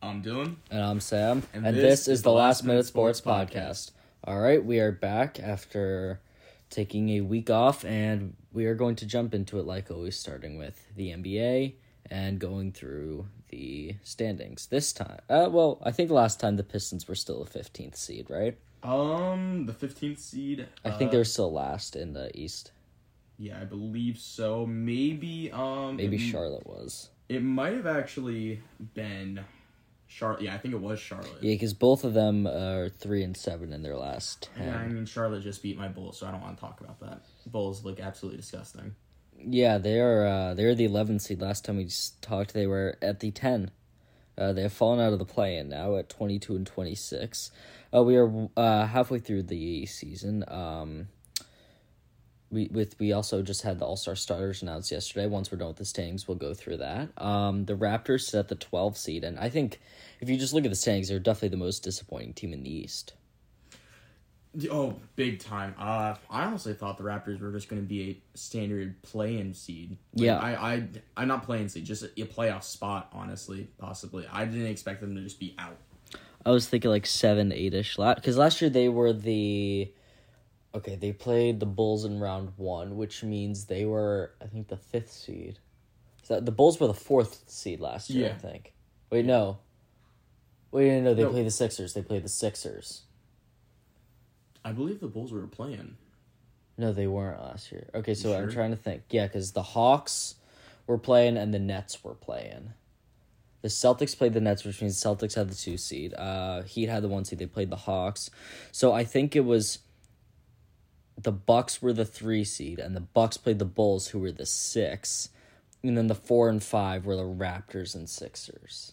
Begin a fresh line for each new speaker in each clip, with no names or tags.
I'm Dylan.
And I'm Sam.
And
And,
this
this, is the Last Minute Sports Podcast. All right, we are back after taking a week off, and we are going to jump into it like always, starting with the NBA and going through the standings. This time, uh, well, I think last time the Pistons were still a 15th seed, right?
Um, the 15th seed. uh,
I think they're still last in the East.
Yeah, I believe so. Maybe um
Maybe
it,
Charlotte was.
It might have actually been Charlotte. Yeah, I think it was Charlotte.
Yeah, because both of them are 3 and 7 in their last 10.
Yeah, I mean Charlotte just beat my Bulls, so I don't want to talk about that. Bulls look absolutely disgusting.
Yeah, they are. Uh, they were the 11th seed last time we s- talked. They were at the 10. Uh, they have fallen out of the play-in now at 22 and 26. Uh, we are uh, halfway through the season. Um, we with we also just had the All Star starters announced yesterday. Once we're done with the standings, we'll go through that. Um, the Raptors sit at the 12th seed, and I think if you just look at the standings, they're definitely the most disappointing team in the East.
Oh, big time. Uh, I honestly thought the Raptors were just going to be a standard play-in seed. Like,
Yeah.
I, I, I'm not play-in seed, just a, a playoff spot, honestly, possibly. I didn't expect them to just be out.
I was thinking like seven, eight ish. Because last year they were the. Okay, they played the Bulls in round one, which means they were, I think, the fifth seed. So the Bulls were the fourth seed last year,
Yeah.
I think. Wait, no. Wait, no, no, they
No.
played the Sixers. They played the Sixers.
I believe the Bulls were playing.
No, they weren't last year. Okay, so I'm
sure?
trying to think. Yeah, because the Hawks were playing and the Nets were playing. The Celtics played the Nets, which means Celtics had the two seed. Uh, Heat had the one seed. They played the Hawks. So I think it was the Bucks were the three seed, and the Bucks played the Bulls, who were the six, and then the four and five were the Raptors and Sixers.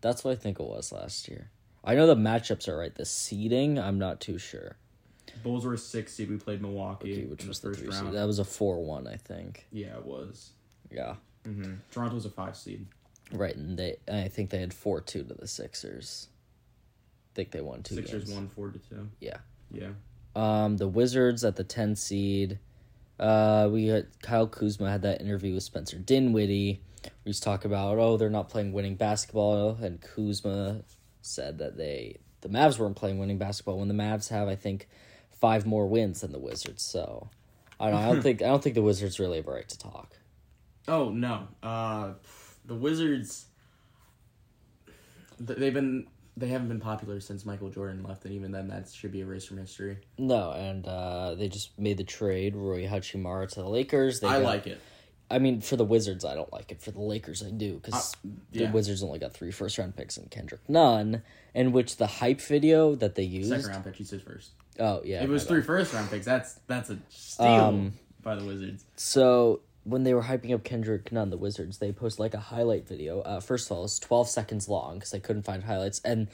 That's what I think it was last year. I know the matchups are right. The seeding, I'm not too sure.
Bulls were a six seed. We played Milwaukee,
which
in
was the three seed. That was a four one, I think.
Yeah, it was.
Yeah,
Mm-hmm. Toronto's a five seed.
right. And they, and I think they had four two to the Sixers. I think they won two.
Sixers
games.
won four to two.
Yeah.
Yeah.
Um, the Wizards at the ten seed. Uh, we had Kyle Kuzma had that interview with Spencer Dinwiddie. We was talking about oh they're not playing winning basketball, and Kuzma said that they the Mavs weren't playing winning basketball when the Mavs have I think five more wins than the Wizards. So I don't, I don't think I don't think the Wizards really have a right to talk.
Oh no. Uh, the Wizards. th- They've been. They haven't been popular since Michael Jordan left, and even then, that should be erased from history.
No, and uh, they just made the trade Roy Hachimura to the Lakers. They
I
got-
like it.
I mean, for the Wizards, I don't like it. For the Lakers, I do because
Uh, yeah.
the Wizards only got three first round picks and Kendrick none. In which the hype video that they used.
Second round pick. He said first.
Oh yeah,
It was
my
three first round picks. That's that's a steal
Um,
by the Wizards.
So when they were hyping up Kendrick Nunn, the Wizards, they post like a highlight video. Uh, first of all, it's twelve seconds long because they couldn't find highlights, and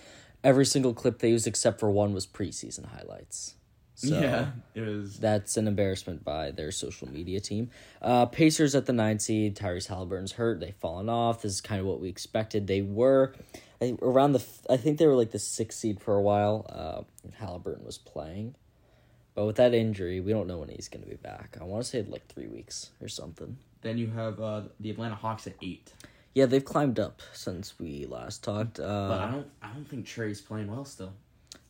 every single clip they used except for one was preseason highlights. So,
yeah, it was.
That's an embarrassment by their social media team. Uh, Pacers at the nine seed. Tyrese Halliburton's hurt. They've fallen off. This is kind of what we expected. They were I think, around the. f- I think they were like the sixth seed for a while. Uh, Halliburton was playing, but with that injury, we don't know when he's going to be back. I want to say like three weeks or something.
Then you have uh, the Atlanta Hawks at eight,
Yeah, they've climbed up since we last talked. Uh,
but I don't. I don't think Trey's playing well still.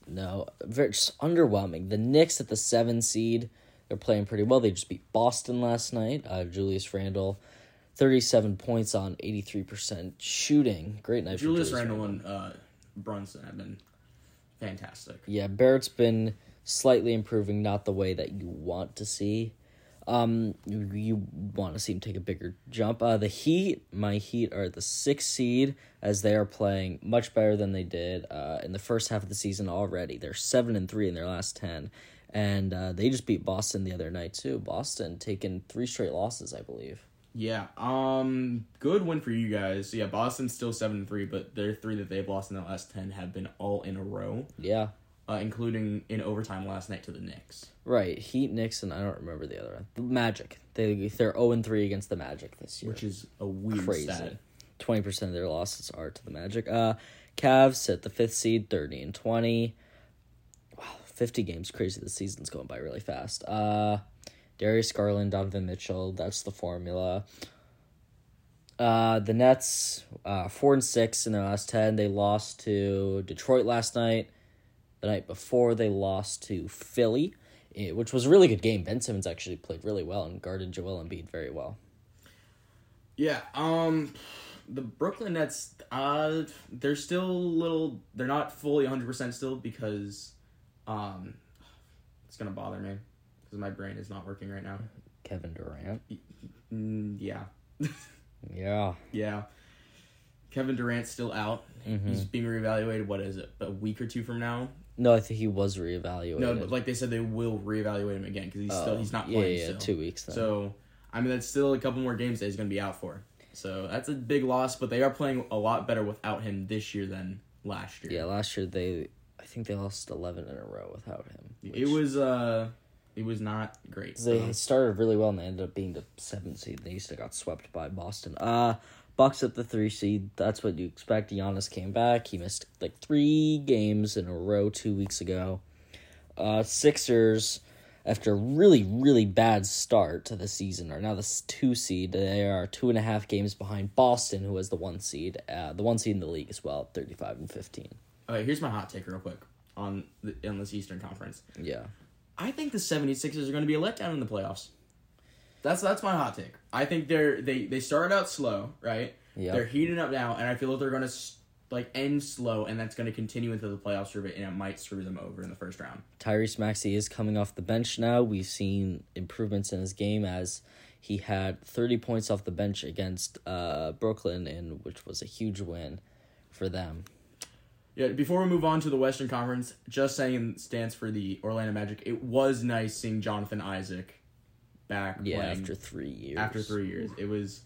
No, very just underwhelming. The Knicks at the seven seed, they're playing pretty well. They just beat Boston last night. Uh, Julius Randle, thirty-seven points on eighty-three percent shooting. Great night,
Julius
for Julius
Randle and uh, Brunson have been fantastic.
Yeah, Barrett's been slightly improving, not the way that you want to see. Um, you, you want to see him take a bigger jump. Uh, the Heat, my Heat are the sixth seed as they are playing much better than they did uh, in the first half of the season already. They're seven and three in their last ten, and uh, they just beat Boston the other night too. Boston taking three straight losses, I believe.
Yeah. Um. Good win for you guys. Yeah. Boston's still seven and three, but their three that they've lost in the last ten have been all in a row,
Yeah,
uh, including in overtime last night to the Knicks.
right. Heat, Knicks, and I don't remember the other one. The Magic. They they're zero and three against the Magic this year.
Which is a weird stat.
crazy. Twenty percent of their losses are to the Magic. Uh, Cavs sit the fifth seed, thirty and twenty. Wow, fifty games, crazy. The season's going by really fast. Uh, Darius Garland, Donovan Mitchell. That's the formula. Uh, the Nets, uh, four and six in their last ten. They lost to Detroit last night. The night before, they lost to Philly, eh, which was a really good game. Ben Simmons actually played really well and guarded Joel Embiid very well.
Yeah, um the Brooklyn Nets uh they're still a little they're not fully 100% still because um it's going to bother me cuz my brain is not working right now.
Kevin Durant,
Mm, yeah.
yeah,
Yeah. Kevin Durant's still out.
Hmm.
He's being reevaluated what is it? A week or two from now.
no, I think he was reevaluated.
No, but like they said they will reevaluate him again cuz he's still
Oh,
he's not
yeah,
playing
yeah,
still.
two weeks. Then.
So, I mean, that's still a couple more games that he's going to be out for. So that's a big loss, but they are playing a lot better without him this year than last year.
yeah, last year they, I think they lost eleven in a row without him.
it was uh, it was not great.
They
So.
started really well and they ended up being the seventh seed. They used to got swept by Boston. Uh Bucks at the three seed. That's what you expect. Giannis came back. He missed like three games in a row two weeks ago. Uh Sixers, after a really really bad start to the season, are now the s- two seed. They are two and a half games behind Boston, who has the one seed. Uh, the one seed in the league as well, thirty five and fifteen.
All right, here's my hot take real quick on the, on this Eastern Conference.
Yeah.
I think the 76ers are going to be a letdown in the playoffs. That's that's my hot take. I think they're they they started out slow, right?
Yeah.
They're heating up now, and I feel like they're going to like end slow, and that's going to continue into the playoffs, for a bit, and it might screw them over in the first round.
Tyrese Maxey is coming off the bench now. We've seen improvements in his game as he had 30 points off the bench against uh, Brooklyn, and which was a huge win for them.
Yeah, before we move on to the Western Conference, just saying stands for the Orlando Magic. It was nice seeing Jonathan Isaac back
Yeah,
playing
after three years.
after three years. It was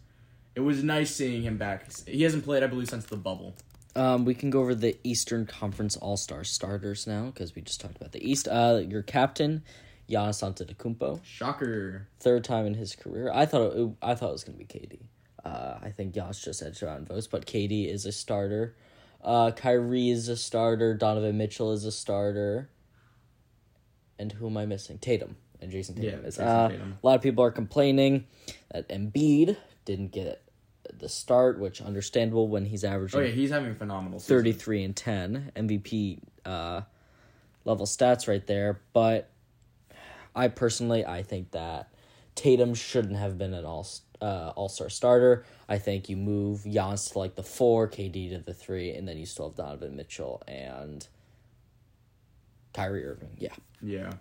it was nice seeing him back. He hasn't played, I believe, since the bubble.
Um, we can go over the Eastern Conference All Star starters now because we just talked about the East. Uh, your captain, Giannis Antetokounmpo,
Shocker.
third time in his career. I thought it, I thought it was gonna be KD. Uh, I think Giannis just edged out in votes, but KD is a starter. Uh, Kyrie is a starter. Donovan Mitchell is a starter. And who am I missing? Tatum and Jason Tatum
Yeah,
is.
Jason
uh,
Tatum.
A lot of people are complaining that Embiid didn't get the start, which understandable when he's averaging
Oh yeah, he's having a phenomenal season.
33 and 10 MVP uh, level stats right there. But I personally, I think that Tatum shouldn't have been an all uh, All Star starter. I think you move Giannis to like the four, KD to the three, and then you still have Donovan Mitchell and Kyrie Irving. Yeah,
Yeah.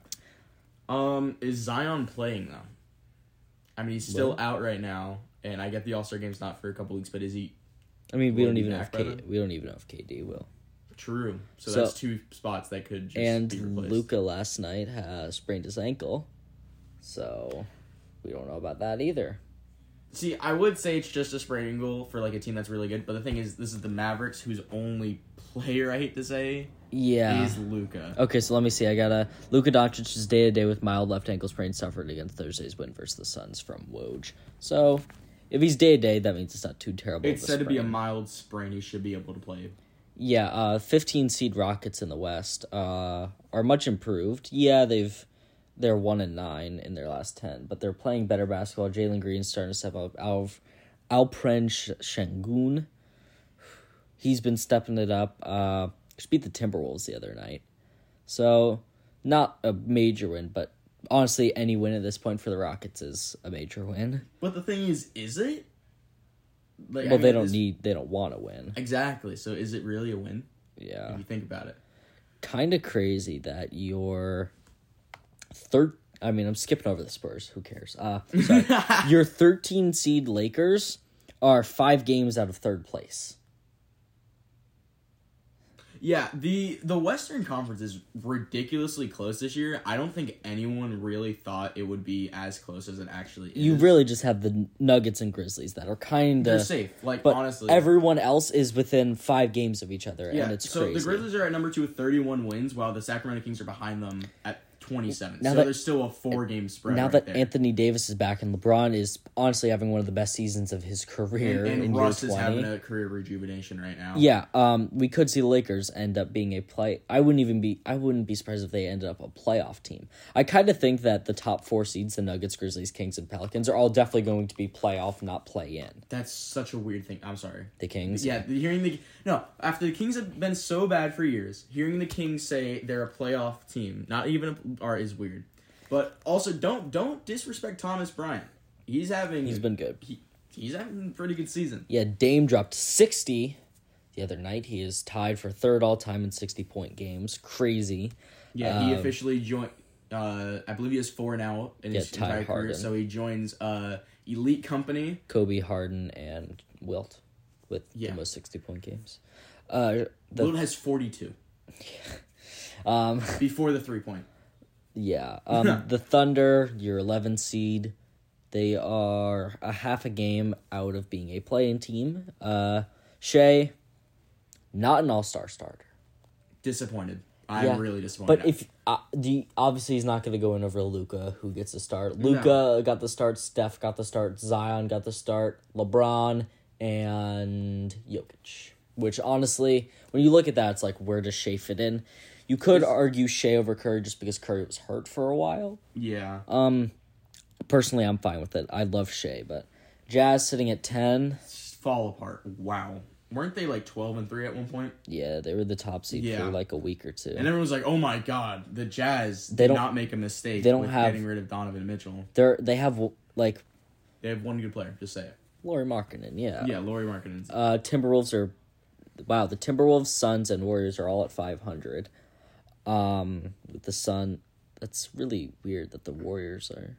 Um, is Zion playing though? I mean, he's still out right now, and I get the All Star game's not for a couple weeks, but is he
I mean we
Will
don't
he
even
be
know if
back by
K-
then?
we don't even know if KD will.
true? So,
So-
that's two spots that could just
And
be replaced.
Luca last night has sprained his ankle, so we don't know about that either.
See, I would say it's just a sprain angle for like a team that's really good, but the thing is, this is the Mavericks, whose only player I hate to say
Yeah, Oh,
is Luca.
Okay, so let me see. I got a Luka Doncic is day to day with mild left ankle sprain suffered against Thursday's win versus the Suns from Woj. So, if he's day to day, that means it's not too terrible.
It's
of
said to be a
sprain.
mild sprain. He should be able to play.
yeah. Uh, fifteen seed Rockets in the West uh, are much improved. Yeah, they've they're one and nine in their last ten, but they're playing better basketball. Jalen Green's starting to step up. Alv Alpren Sh- Shengun, he's been stepping it up. Uh, just beat the Timberwolves the other night. So not a major win, but honestly, any win at this point for the Rockets is a major win.
But the thing is, is it? Like, I
Well, they
mean,
don't
this-
need, they don't want to win.
exactly. So, is it really a win?
Yeah,
If you think about it,
kind of crazy that your third. I mean, I'm skipping over the Spurs. Who cares? Uh, sorry. your 13 seed Lakers are five games out of third place.
yeah. the The Western Conference is ridiculously close this year. I don't think anyone really thought it would be as close as it actually is.
You really just have the Nuggets and Grizzlies that are kind
They're
of
safe. Like
But
honestly,
everyone else is within five games of each other,
Yeah,
and it's
so
crazy.
the Grizzlies are at number two with 31 wins, while the Sacramento Kings are behind them at twenty seventh.
Now
So
that-
there's still a four game spread.
now
right
that
there.
Anthony Davis is back and LeBron is honestly having one of the best seasons of his career
and,
in
and Russ
year
is
20.
having a career rejuvenation right now.
Yeah, um, we could see the Lakers end up being a play. I wouldn't even be. I wouldn't be surprised if they ended up a playoff team. I kind of think that the top four seeds, the Nuggets, Grizzlies, Kings, and Pelicans, are all definitely going to be playoff, not play in.
That's such a weird thing. I'm sorry.
The Kings.
Yeah, the- hearing the no after the Kings have been so bad for years, hearing the Kings say they're a playoff team, not even a, are is weird. But also, don't don't disrespect Thomas Bryant. He's having
he's been good.
he, he's having a pretty good season.
Yeah, Dame dropped sixty the other night. He is tied for third all time in sixty point games. Crazy.
Yeah, he
Um,
officially joined. Uh, I believe he has four now in his
Yeah, Ty
entire career.
Harden.
So he joins uh, elite company.
Kobe, Harden, and Wilt with
Yeah.
the most sixty point games. Uh, the,
Wilt has forty two
um.
before the three point.
Yeah. Um, the Thunder, your 11 seed, they are a half a game out of being a play-in team. Uh, Shea, not an All-Star starter,
Disappointed. I'm
Yeah,
really disappointed.
but if uh, the obviously he's not going to go in over Luca, who gets the start. Luca got the start. Steph got the start. Zion got the start. LeBron and Jokic. Which honestly, when you look at that, it's like where does Shea fit in? You could argue Shea over Curry just because Curry was hurt for a while.
yeah,
Um, personally I'm fine with it. I love Shea, but Jazz sitting at 10.
just fall apart. Wow, weren't they like twelve and three at one point?
Yeah, they were the top seed
Yeah.
for like a week or two.
And everyone's like, "Oh my God, the Jazz did
don't-
not make a mistake.
they don't
with
have-
getting rid of Donovan Mitchell.
They're they have like
They have one good player. Just say it.
Lori Markkinen, yeah.
Yeah, Laurie Markkinen.
Uh Timberwolves are wow, the Timberwolves, Suns and Warriors are all at 500. Um with the Sun that's really weird that the Warriors are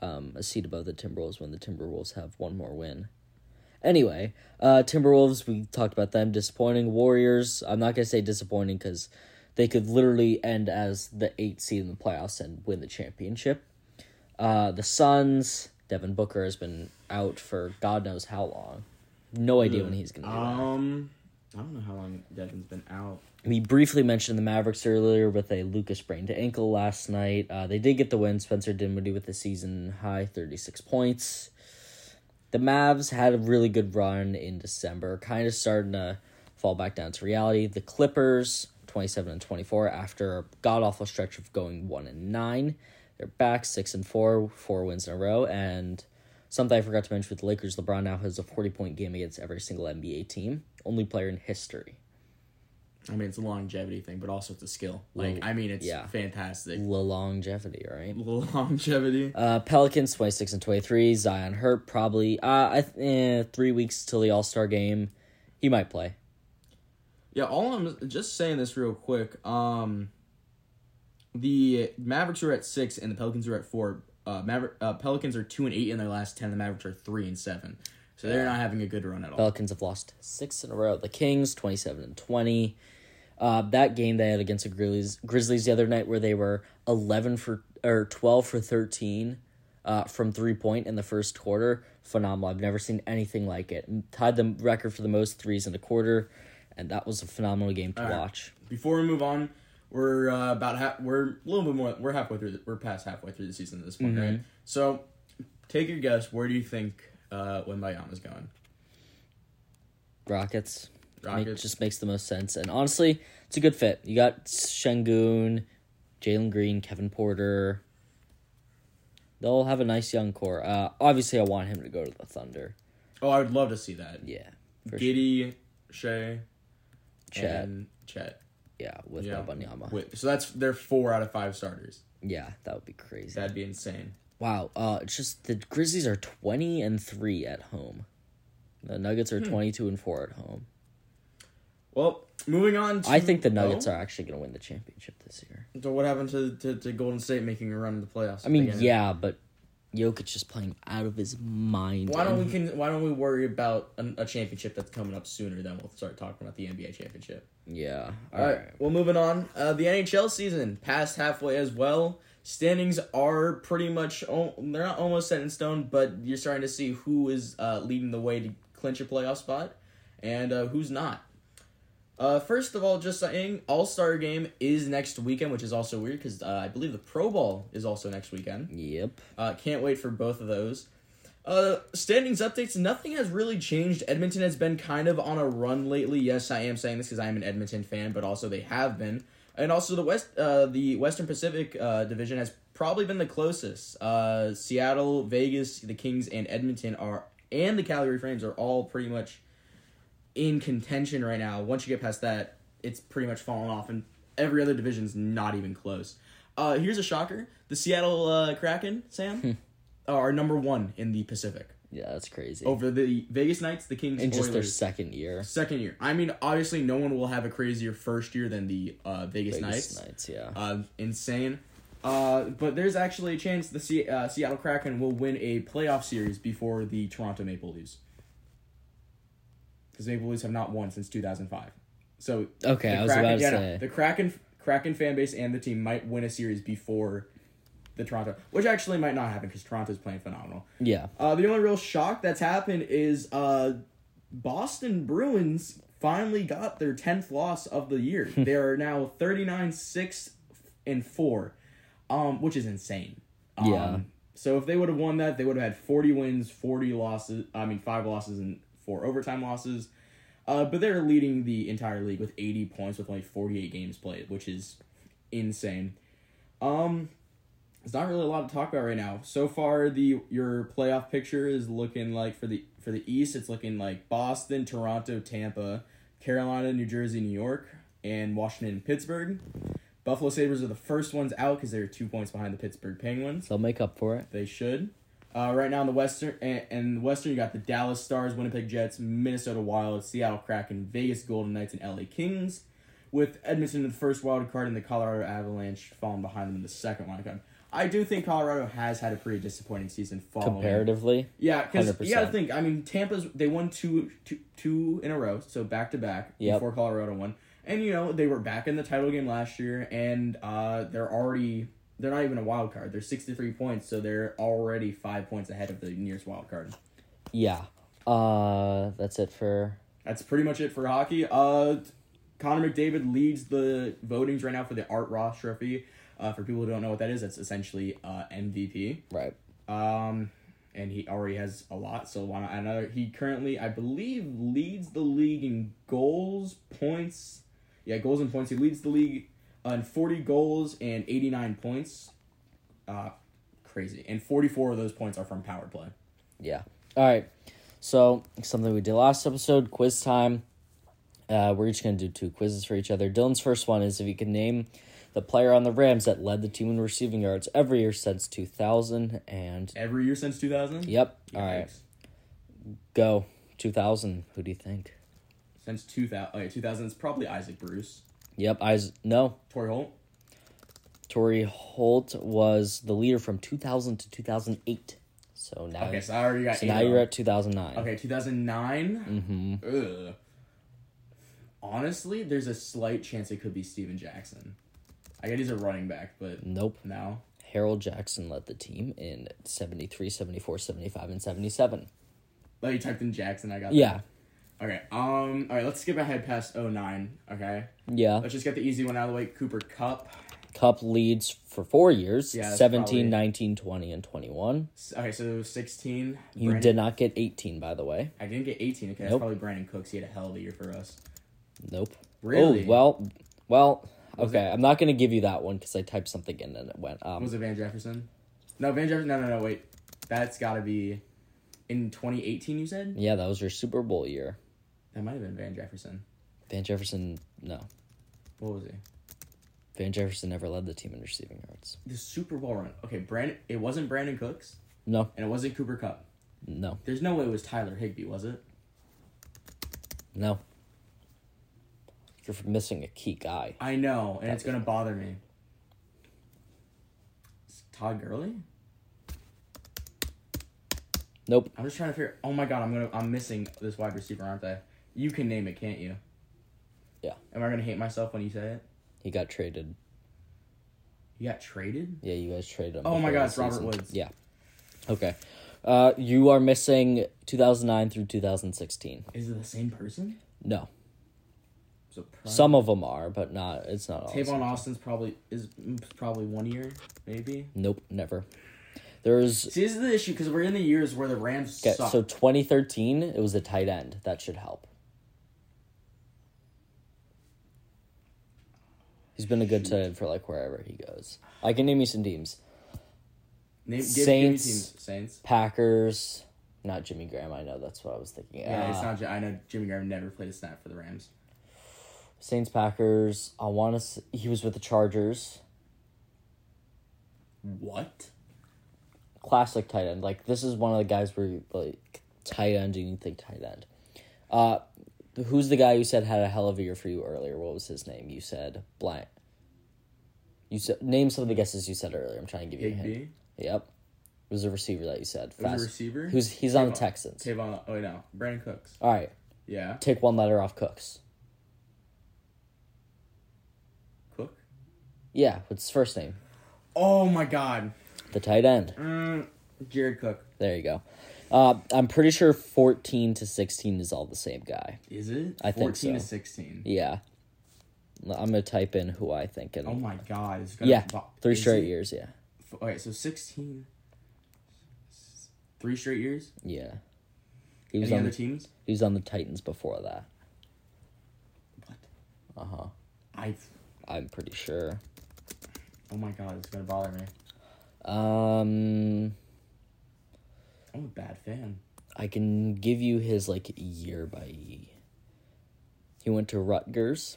um a seed above the Timberwolves when the Timberwolves have one more win. Anyway, uh, Timberwolves, we talked about them disappointing. Warriors, I'm not gonna say disappointing because they could literally end as the eight seed in the playoffs and win the championship. Uh, the Suns, Devin Booker has been out for God knows how long. No idea when he's gonna be back.
um, I don't know how long Devin's been out.
We briefly mentioned the Mavericks earlier with a Lucas sprained ankle last night. Uh, they did get the win. Spencer Dinwiddie with a season high 36 points. The Mavs had a really good run in December, kind of starting to fall back down to reality. The Clippers, 27 and 24, after a god awful stretch of going 1 and 9. They're back 6 and 4, four wins in a row. And something I forgot to mention with the Lakers, LeBron now has a 40 point game against every single NBA team, only player in history.
I mean, it's a longevity thing, but also it's a skill. Like, I mean, it's
yeah.
fantastic.
the longevity, right?
Longevity.
Uh, Pelicans twenty six and twenty three. Zion hurt probably. Uh, I th- eh, three weeks till the All Star game. He might play.
Yeah, all I'm just saying this real quick. Um, the Mavericks are at six and the Pelicans are at four. Uh, Maver- uh Pelicans are two and eight in their last ten. The Mavericks are three and seven. So they're not having a good run at all.
Pelicans have lost six in a row. The Kings twenty seven and twenty. Uh, that game they had against the Grizzlies, Grizzlies the other night where they were eleven for or twelve for thirteen. Uh, from three point in the first quarter, phenomenal. I've never seen anything like it. Tied the record for the most threes in a quarter, and that was a phenomenal game to watch.
Before we move on, we're uh, about ha- we're a little bit more. We're halfway through. The, we're past halfway through the season at this point,
Mm-hmm.
right? So, take your guess. Where do you think uh, Wembayama's going?
Rockets. Make,
Rockets.
just makes the most sense. And honestly, it's a good fit. You got Shangoon, Jalen Green, Kevin Porter. They'll have a nice young core. Uh, obviously, I want him to go to the Thunder.
Oh, I would love to see that.
Yeah. For sure.
Giddy, Shea,
Chet.
and Chet.
Yeah, with
Yeah.
Wembanyama.
Wait, so that's their four out of five starters.
yeah, that would be crazy.
That'd be insane.
wow. Uh, it's just the Grizzlies are 20 and 3 at home. The Nuggets
Hmm.
are 22 and 4 at home.
Well, moving on. to...
I think the Nuggets are actually going to win the championship this year.
So what happened to, to, to Golden State making a run in the playoffs?
I mean, yeah, but Jokic is playing out of his mind.
Why
and
don't we can Why don't we worry about an, a championship that's coming up sooner? Then we'll start talking about the NBA championship.
Yeah.
All right. Well, moving on. Uh, the NHL season passed halfway as well. Standings are pretty much o- they're not almost set in stone, but you're starting to see who is uh, leading the way to clinch a playoff spot, and uh, who's not. Uh, first of all, just saying, All Star Game is next weekend, which is also weird because uh, I believe the Pro Bowl is also next weekend.
Yep.
Uh, can't wait for both of those. Uh, standings updates. Nothing has really changed. Edmonton has been kind of on a run lately. Yes, I am saying this because I am an Edmonton fan, but also they have been. And also the West, uh, the Western Pacific uh, division has probably been the closest. Uh, Seattle, Vegas, the Kings, and Edmonton are, and the Calgary Flames are all pretty much in contention right now. Once you get past that, it's pretty much fallen off, and every other division's not even close. Uh, here's a shocker: the Seattle uh, Kraken, Sam, uh, are number one in the Pacific
Yeah, that's crazy.
over the Vegas Knights, the Kings,
in
and
just their second year.
second year. I mean, obviously, no one will have a crazier first year than the uh, Vegas, Knights.
Vegas Knights, yeah.
Uh, insane. Uh, but there's actually a chance the Se- uh, Seattle Kraken will win a playoff series before the Toronto Maple Leafs. Because Maple Leafs have not won since 2005. So uh,
Okay,
the
I was
Kraken-
about to
yeah, no,
say.
the Kraken Kraken fan base and the team might win a series before the Toronto, which actually might not happen because Toronto's playing phenomenal.
yeah.
Uh, the only real shock that's happened is uh, Boston Bruins finally got their 10th loss of the year. they are now 39 6 and 4, um, which is insane. Um,
Yeah.
So if they would have won that, they would have had 40 wins, 40 losses, I mean, five losses and four overtime losses. Uh, but they're leading the entire league with 80 points with only 48 games played, which is insane. Um, there's not really a lot to talk about right now. So far, the your playoff picture is looking like for the for the East, it's looking like Boston, Toronto, Tampa, Carolina, New Jersey, New York, and Washington and Pittsburgh. Buffalo Sabres are the first ones out because they're two points behind the Pittsburgh Penguins.
They'll make up for it.
They should. Uh, right now in the Western and, and the Western, you got the Dallas Stars, Winnipeg Jets, Minnesota Wild, Seattle Kraken, Vegas Golden Knights, and LA Kings. With Edmonton in the first wild card and the Colorado Avalanche falling behind them in the second wild card. I do think Colorado has had a pretty disappointing season. Following,
Comparatively,
yeah, because you got to
100%.
think. I mean, Tampa's they won two, two, two in a row, so back to back
Yep.
before Colorado won, and you know they were back in the title game last year, and uh, they're already they're not even a wild card. They're sixty three points, so they're already five points ahead of the nearest wild card.
yeah. Uh, that's it for.
That's pretty much it for hockey. Uh, Connor McDavid leads the votings right now for the Art Ross Trophy. Uh, for people who don't know what that is, that's essentially uh, MVP.
Right.
Um, and he already has a lot, so why not add another? He currently, I believe, leads the league in goals, points. Yeah, goals and points. He leads the league on 40 goals and 89 points. Uh, crazy. And 44 of those points are from power play.
Yeah. All right. So something we did last episode, quiz time. Uh, we're each gonna do two quizzes for each other. Dylan's first one is if you can name the player on the Rams that led the team in receiving yards every year since two thousand and.
Every year since 2000?
Yep. All right. Go. Two thousand. Who do you think?
Since 2000, oh, yeah, 2000 it's probably Isaac Bruce.
Yep. I no.
Torrey Holt?
Torrey Holt was the leader from two thousand to two thousand eight. So now.
Okay, so I already got
Uh, So
eight
now
wrong.
you're at 2009.
Okay, 2009? Mm-hmm. Ugh. Honestly, there's a slight chance it could be Steven Jackson. I get he's a running back, but
Nope.
no.
Harold Jackson led the team in 73, 74, 75, and 77.
Oh, you typed in Jackson, I got
Yeah.
that. Okay, um, alright, let's skip ahead past 09, okay?
Yeah.
Let's just get the easy one out of the way. Cooper Cup.
Cup leads for four years
Yeah, that's
17,
probably-
19, 20, and 21.
S- Okay, so 16.
You
Brandon-
did not get 18, by the way.
I didn't get 18, okay? That's
Nope.
probably Brandon Cooks. He had a hell of a year for us.
Nope.
Really?
Oh, well, well, okay. I'm not going to give you that one because I typed something in and it went um,
Was it Van Jefferson? No, Van Jefferson. No, no, no, wait. That's gotta be in 2018, you said?
Yeah, that was your Super Bowl year.
That might have been Van Jefferson.
Van Jefferson, no.
What was he?
Van Jefferson never led the team in receiving yards.
The Super Bowl run. Okay, Brandon. It wasn't Brandon Cooks,
No,
and it wasn't Cooper Cup.
no,
There's no way it was Tyler Higby, was it?
no. You're missing a key guy.
I know, and it's gonna bother me. It's Todd Gurley.
Nope.
I'm just trying to figure. Oh my god, I'm gonna. I'm missing this wide receiver, aren't I? You can name it, can't you?
Yeah.
Am I gonna hate myself when you say it?
He got traded.
You got traded.
Yeah, you guys traded him.
Oh my
before
God,
the
it's Robert
season.
Woods.
Yeah. Okay. Uh, you are missing 2009 through 2016.
Is it the same person?
No.
It's So probably,
Some of them are, but not. It's not all. the
Tavon
same.
Austin's probably is probably one year maybe.
Nope, never. There's
See, this is the issue because we're in the years where the Rams
okay,
suck.
so 2013. It was a tight end that should help. He's been a good tight end for like wherever he goes. I can name you some teams:
Name, give,
Saints-
Give me teams. Saints.
Packers, not Jimmy Graham. I know that's what I was thinking.
Yeah, it's
Uh,
not. J- I know Jimmy Graham never played a snap for the Rams.
Saints, Packers. I want to. He was with the Chargers.
What?
classic tight end. Like this is one of the guys where you, like tight end and you think tight end. Uh who's the guy you said had a hell of a year for you earlier? What was his name? You said blank. You said name some of the guesses you said earlier. I'm trying to give you a hint.
Higby.
Yep. It was a receiver that you said.
It was a
Fast.
receiver?
Who's he's on the
Tavon.
Texans.
Tavon. Oh wait, no, Brandon Cooks.
All right.
Yeah,
Take one letter off Cooks.
Cook.
Yeah, what's his first name?
Oh my God,
The tight end.
mm, Jared Cook.
There you go. Uh, I'm pretty sure 14 to 16 is all the same guy.
Is it?
I think
Fourteen to
so.
sixteen.
Yeah. I'm gonna type in who I think and
Oh my God, it's gonna
Yeah,
bo-
three
is
straight
it?
years. Yeah,
F- Okay, so sixteen. Three straight years.
yeah. He was
Any
on
other
the,
teams?
he was on the Titans before that.
What?
Uh huh.
I.
I'm pretty sure.
Oh my God, it's gonna bother me.
Um,
I'm a bad fan.
I can give you his like year by. ye- He went to Rutgers.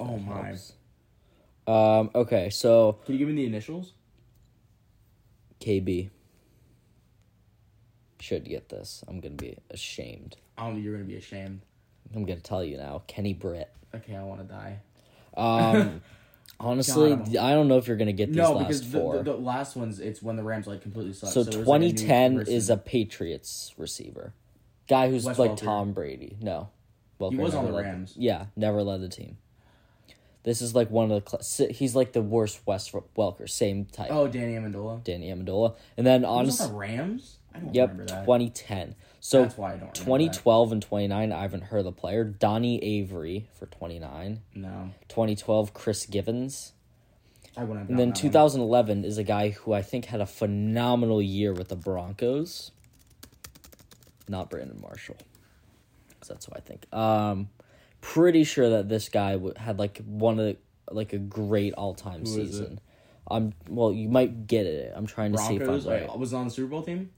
Oh my.
helps. Um. Okay. So
Can you give me the initials?
KB should get this. I'm gonna be ashamed.
Oh, you're gonna be ashamed.
I'm gonna tell you now. Kenny Britt.
Okay, I want to die.
Um. honestly,
God, I'm-
I don't know if you're gonna get these
No,
last
because the,
four.
the, the last ones, it's when the Rams like completely suck.
So
there was, like, a new
2010 is
person.
a Patriots receiver, guy who's
Wes
like
Welker.
Tom Brady. No, Welker
was on
never
the
led
Rams.
yeah, never led the team. This is like one of the cla- si- he's like the worst West Welker, same type.
Oh, Danny Amendola.
Danny Amendola, and then
He was on
honestly,
the Rams. I don't
yep,
remember that.
2010. So
That's why I don't. remember that.
2012 and 29, I haven't heard of the player. Donnie Avery for 29.
No,
2012, Chris Givens.
I wouldn't. Have gotten
And then
that
2011 is a guy who I think had a phenomenal year with the Broncos. Not Brandon Marshall. 'Cause that's who I think. Um, pretty sure that this guy w- had like one of the, like a great all time
Who is it?
season. I'm well, you might get it. I'm trying to
one. Broncos. Oh.
see if I'm
Wait,
right.
was it on the Super Bowl team.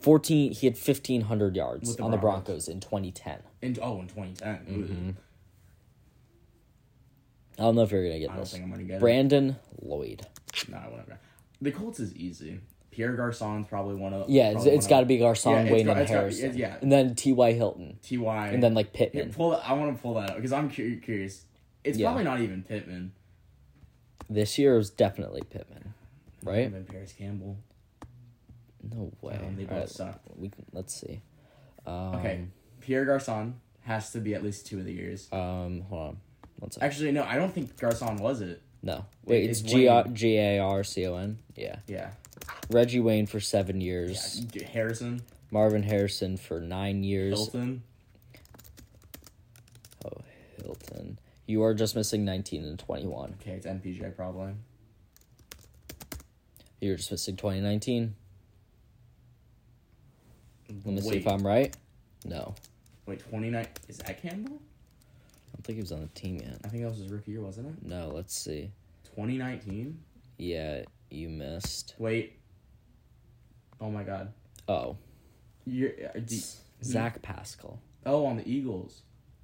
14. He had 1,500 yards
With the
on the
Broncos.
Broncos in 2010.
In oh, in
Mm-hmm.
2010. Ooh.
I don't know if you're gonna get
I don't
this.
think I'm gonna get
Brandon Lloyd.
it. No, I wouldn't. have- The Colts is easy. Pierre Garcon's probably one of.
Yeah, it's,
probably
it's
one
got to
of-
be Garcon,
Yeah, it's
Wayne,
got-
and
it's got-
Harrison.
it- yeah.
and then T. Y. Hilton,
Ty.
and then like
Here,
Pittman.
pull. that- I want to pull that out because I'm cu- curious. It's
Yeah.
probably not even Pittman.
This year was definitely Pittman, right?
And then Paris Campbell.
No way.
Um, they both
Alright,
suck.
we can, let's see.
Okay, Pierre Garcon has to be at least two of the years.
Um, hold on. One second.
Actually, no, I don't think Garcon was it.
No, wait. It's
it's
G R-
Wayne.
G A R C O N. Yeah,
Yeah,
Reggie Wayne for seven years.
yeah. Harrison,
Marvin Harrison for nine years.
Hilton.
Oh, Hilton. You are just missing nineteen and twenty-one.
Okay, it's MPJ probably.
You're just missing twenty nineteen. Let me see
Wait,
if I'm right. No,
wait, twenty nine. Is that Campbell?
I don't think he was on the team yet.
I think that was his rookie year, wasn't it?
No, let's see.
Twenty nineteen.
Yeah, you missed.
Wait. Oh my God.
Oh,
You're, uh, d-
Zach Pascal.
oh, on the Eagles.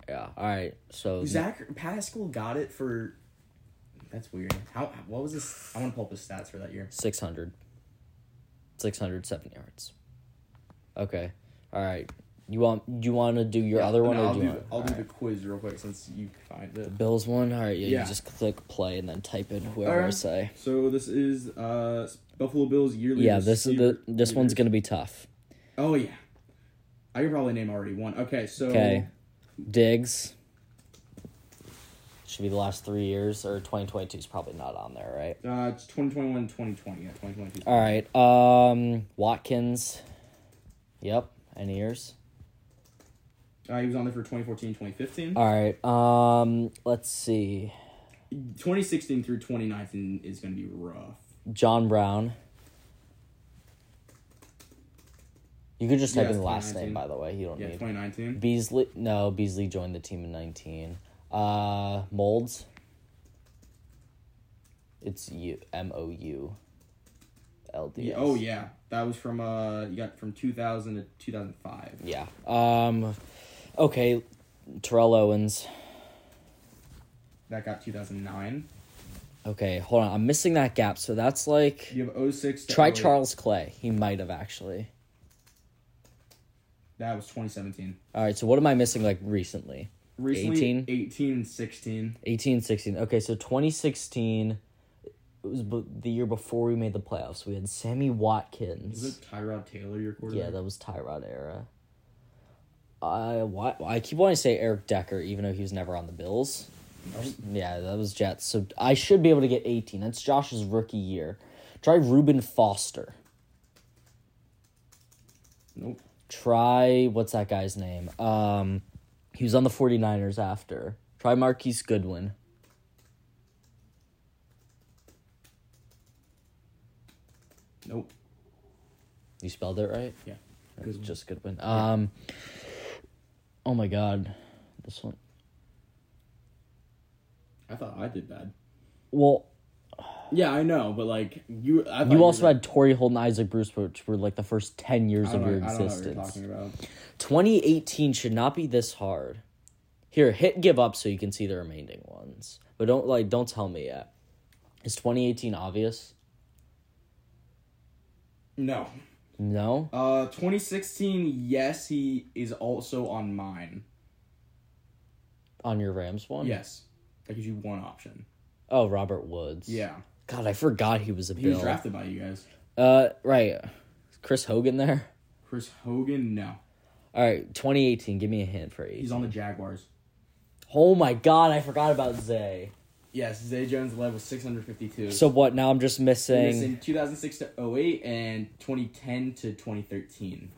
Yeah. All right. So
Zach Pascal got it for. That's weird. How? What was this? I want to pull up his stats for that year.
600. 607 yards. Okay. All right. You want you want to do your other one
No,
or
I'll
do
do,
you
the-
want-
I'll
all
do the
right.
quiz real quick since you find it.
Bills one? All right. Yeah,
Yeah.
You just click play and then type in whoever
All
I
right.
say.
So this is uh Buffalo Bills yearly.
Yeah. This is the
receiver-
this one's
leaders.
gonna be tough.
Oh yeah, I could probably name already one. Okay, so
Okay. Diggs. Should be the last three years or 2022 is probably not on there, right?
uh, it's 2021, 2020, yeah, 2022.
All right. Um, Watkins. Yep. Any years?
Uh, he was on there for 2014, 2015.
All right. Um, let's see.
2016 through 2019 is going to be rough.
John Brown. You could just
Yeah,
type in
it's
the last
2019.
name, by the way. You don't
Yeah,
need
2019.
Beasley. No, Beasley joined the team in nineteen. Uh, molds. It's U M O U. L D.
Yeah, oh yeah, that was from uh, you got from 2000 to 2005.
Yeah. Um, okay, Terrell Owens.
That got 2009.
Okay, hold on. I'm missing that gap. So that's like
You have 06. To
try
08.
Charles Clay. He might have actually.
That was 2017.
All right. So what am I missing? Like recently,
Recently,
18?
18 and 16.
18, 16. Okay, so 2016. It was b- the year before we made the playoffs. We had Sammy Watkins.
Was it Tyrod Taylor your quarterback?
Yeah, that was Tyrod era. I why I keep wanting to say Eric Decker, even though he was never on the Bills. Yeah, that was Jets. So I should be able to get eighteen. That's Josh's rookie year. Try Reuben Foster.
nope.
Try what's that guy's name? Um, he was on the 49ers after. Try Marquise Goodwin.
Nope.
You spelled it right.
Yeah.
It's just Goodwin. Um, oh my God, this one.
I thought I did bad.
Well,
Yeah, I know, but like you, I thought
You also
were-
had Torrey Holt and Isaac Bruce, which were like the first 10 years
I don't
of
know,
your
I don't know what you're
existence.
talking about.
2018 should not be this hard. Here, hit give up so you can see the remaining ones. But don't like don't tell me yet. Is 2018 obvious?
No.
No.
Uh, 2016. Yes, he is also on mine.
On your Rams one?
Yes, that gives you one option.
Oh, Robert Woods.
Yeah,
God, I forgot he was a
he
Bill.
was drafted by you guys.
uh right. Is Chris Hogan there?
Chris Hogan. No,
All right, 2018, give me a hint for 8.
he's on the Jaguars.
Oh my god, I forgot about Zay.
Yes, Zay Jones led with 652.
So what? Now I'm just
He
missing
was in 2006 to 08 and 2010 to 2013.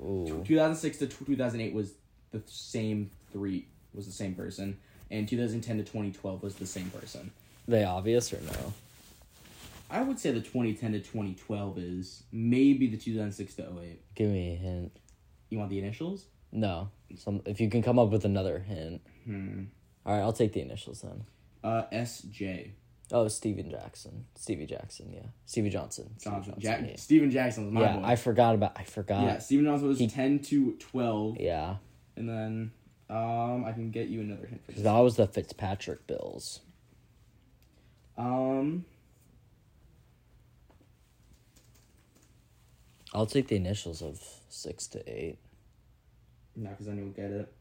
Ooh.
2006 to 2008 was the same three was the same person, and 2010 to 2012 was the same person.
they obvious or no?
I would say the 2010 to 2012 is maybe the 2006 to 08.
Give me a hint.
You want the initials?
No. Some if you can come up with another hint.
Hmm.
All right, I'll take the initials then.
Uh, S.J.
Oh, Steven Jackson. Stevie Jackson, yeah. Stevie Johnson. Stevie
Johnson.
Johnson,
Jack- Steven Jackson was
yeah.
my
Yeah,
boy.
I forgot about I forgot.
yeah, Steven Johnson was 10 to 12,
Yeah.
and then um, I can get you another hint for
'Cause
this.
That was the Fitzpatrick Bills.
Um,
I'll take the initials of 6 to 8.
No, because then you'll get it.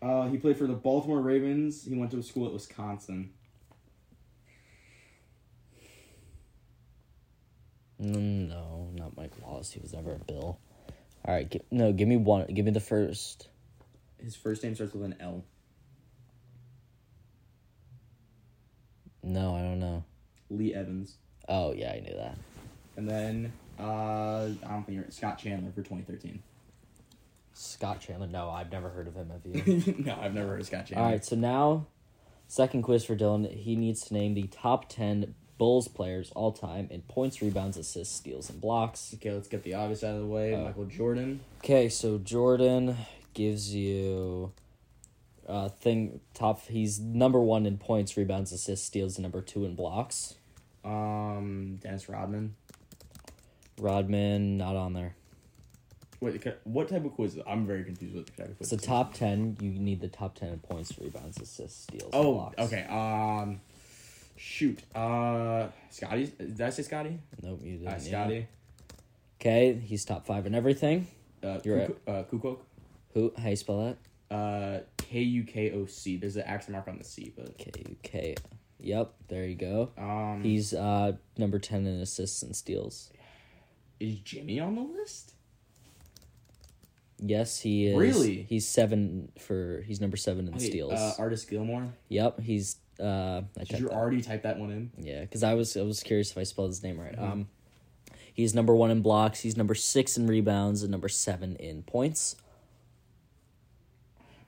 Uh, he played for the Baltimore Ravens. He went to a school at Wisconsin.
Mm, No, not Mike Wallace. He was never a Bill. All right, gi- no, give me one. Give me the first.
His first name starts with an L.
No, I don't know.
Lee Evans.
Oh, yeah, I knew that.
And then uh, I don't think you're Scott Chandler for 2013.
Scott Chandler. No, I've never heard of him. Have you?
no, I've never heard of Scott
All
Chandler.
right, so now, second quiz for Dylan. He needs to name the top 10 Bulls players all time in points, rebounds, assists, steals, and blocks.
Okay, let's get the obvious out of the way.
Oh.
Michael Jordan.
Okay, so Jordan gives you uh thing top he's number 1 in points, rebounds, assists, steals, and number 2 in blocks.
Um, Dennis Rodman.
Rodman not on there.
Wait, ca- what type of quiz? is- I'm very confused with the type of quiz.
It's the
this is.
top 10. You need the top 10 in points, rebounds, assists, steals, and
Oh,
blocks.
okay. Um, shoot. Uh, Scotty. Did I say Scotty?
Nope, you didn't.
Uh,
yeah.
Scotty.
Okay, he's top 5 in everything.
Uh,
You're
Kuko- uh, Kukoc.
Who how you spell that?
Uh, K U K O C. There's an accent mark on the C, but
K U K. Yep, there you go.
um,
He's uh number ten in assists and steals.
is Jimmy on the list?
Yes, he is.
Really?
He's seven for. He's number seven in
Wait,
steals.
Uh, Artist Gilmore.
yep, he's. Uh, I
Did
checked
you
that.
already type that one in?
Yeah, because I was I was curious if I spelled his name right.
Mm-hmm.
Um, he's number one in blocks. He's number six in rebounds and number seven in points.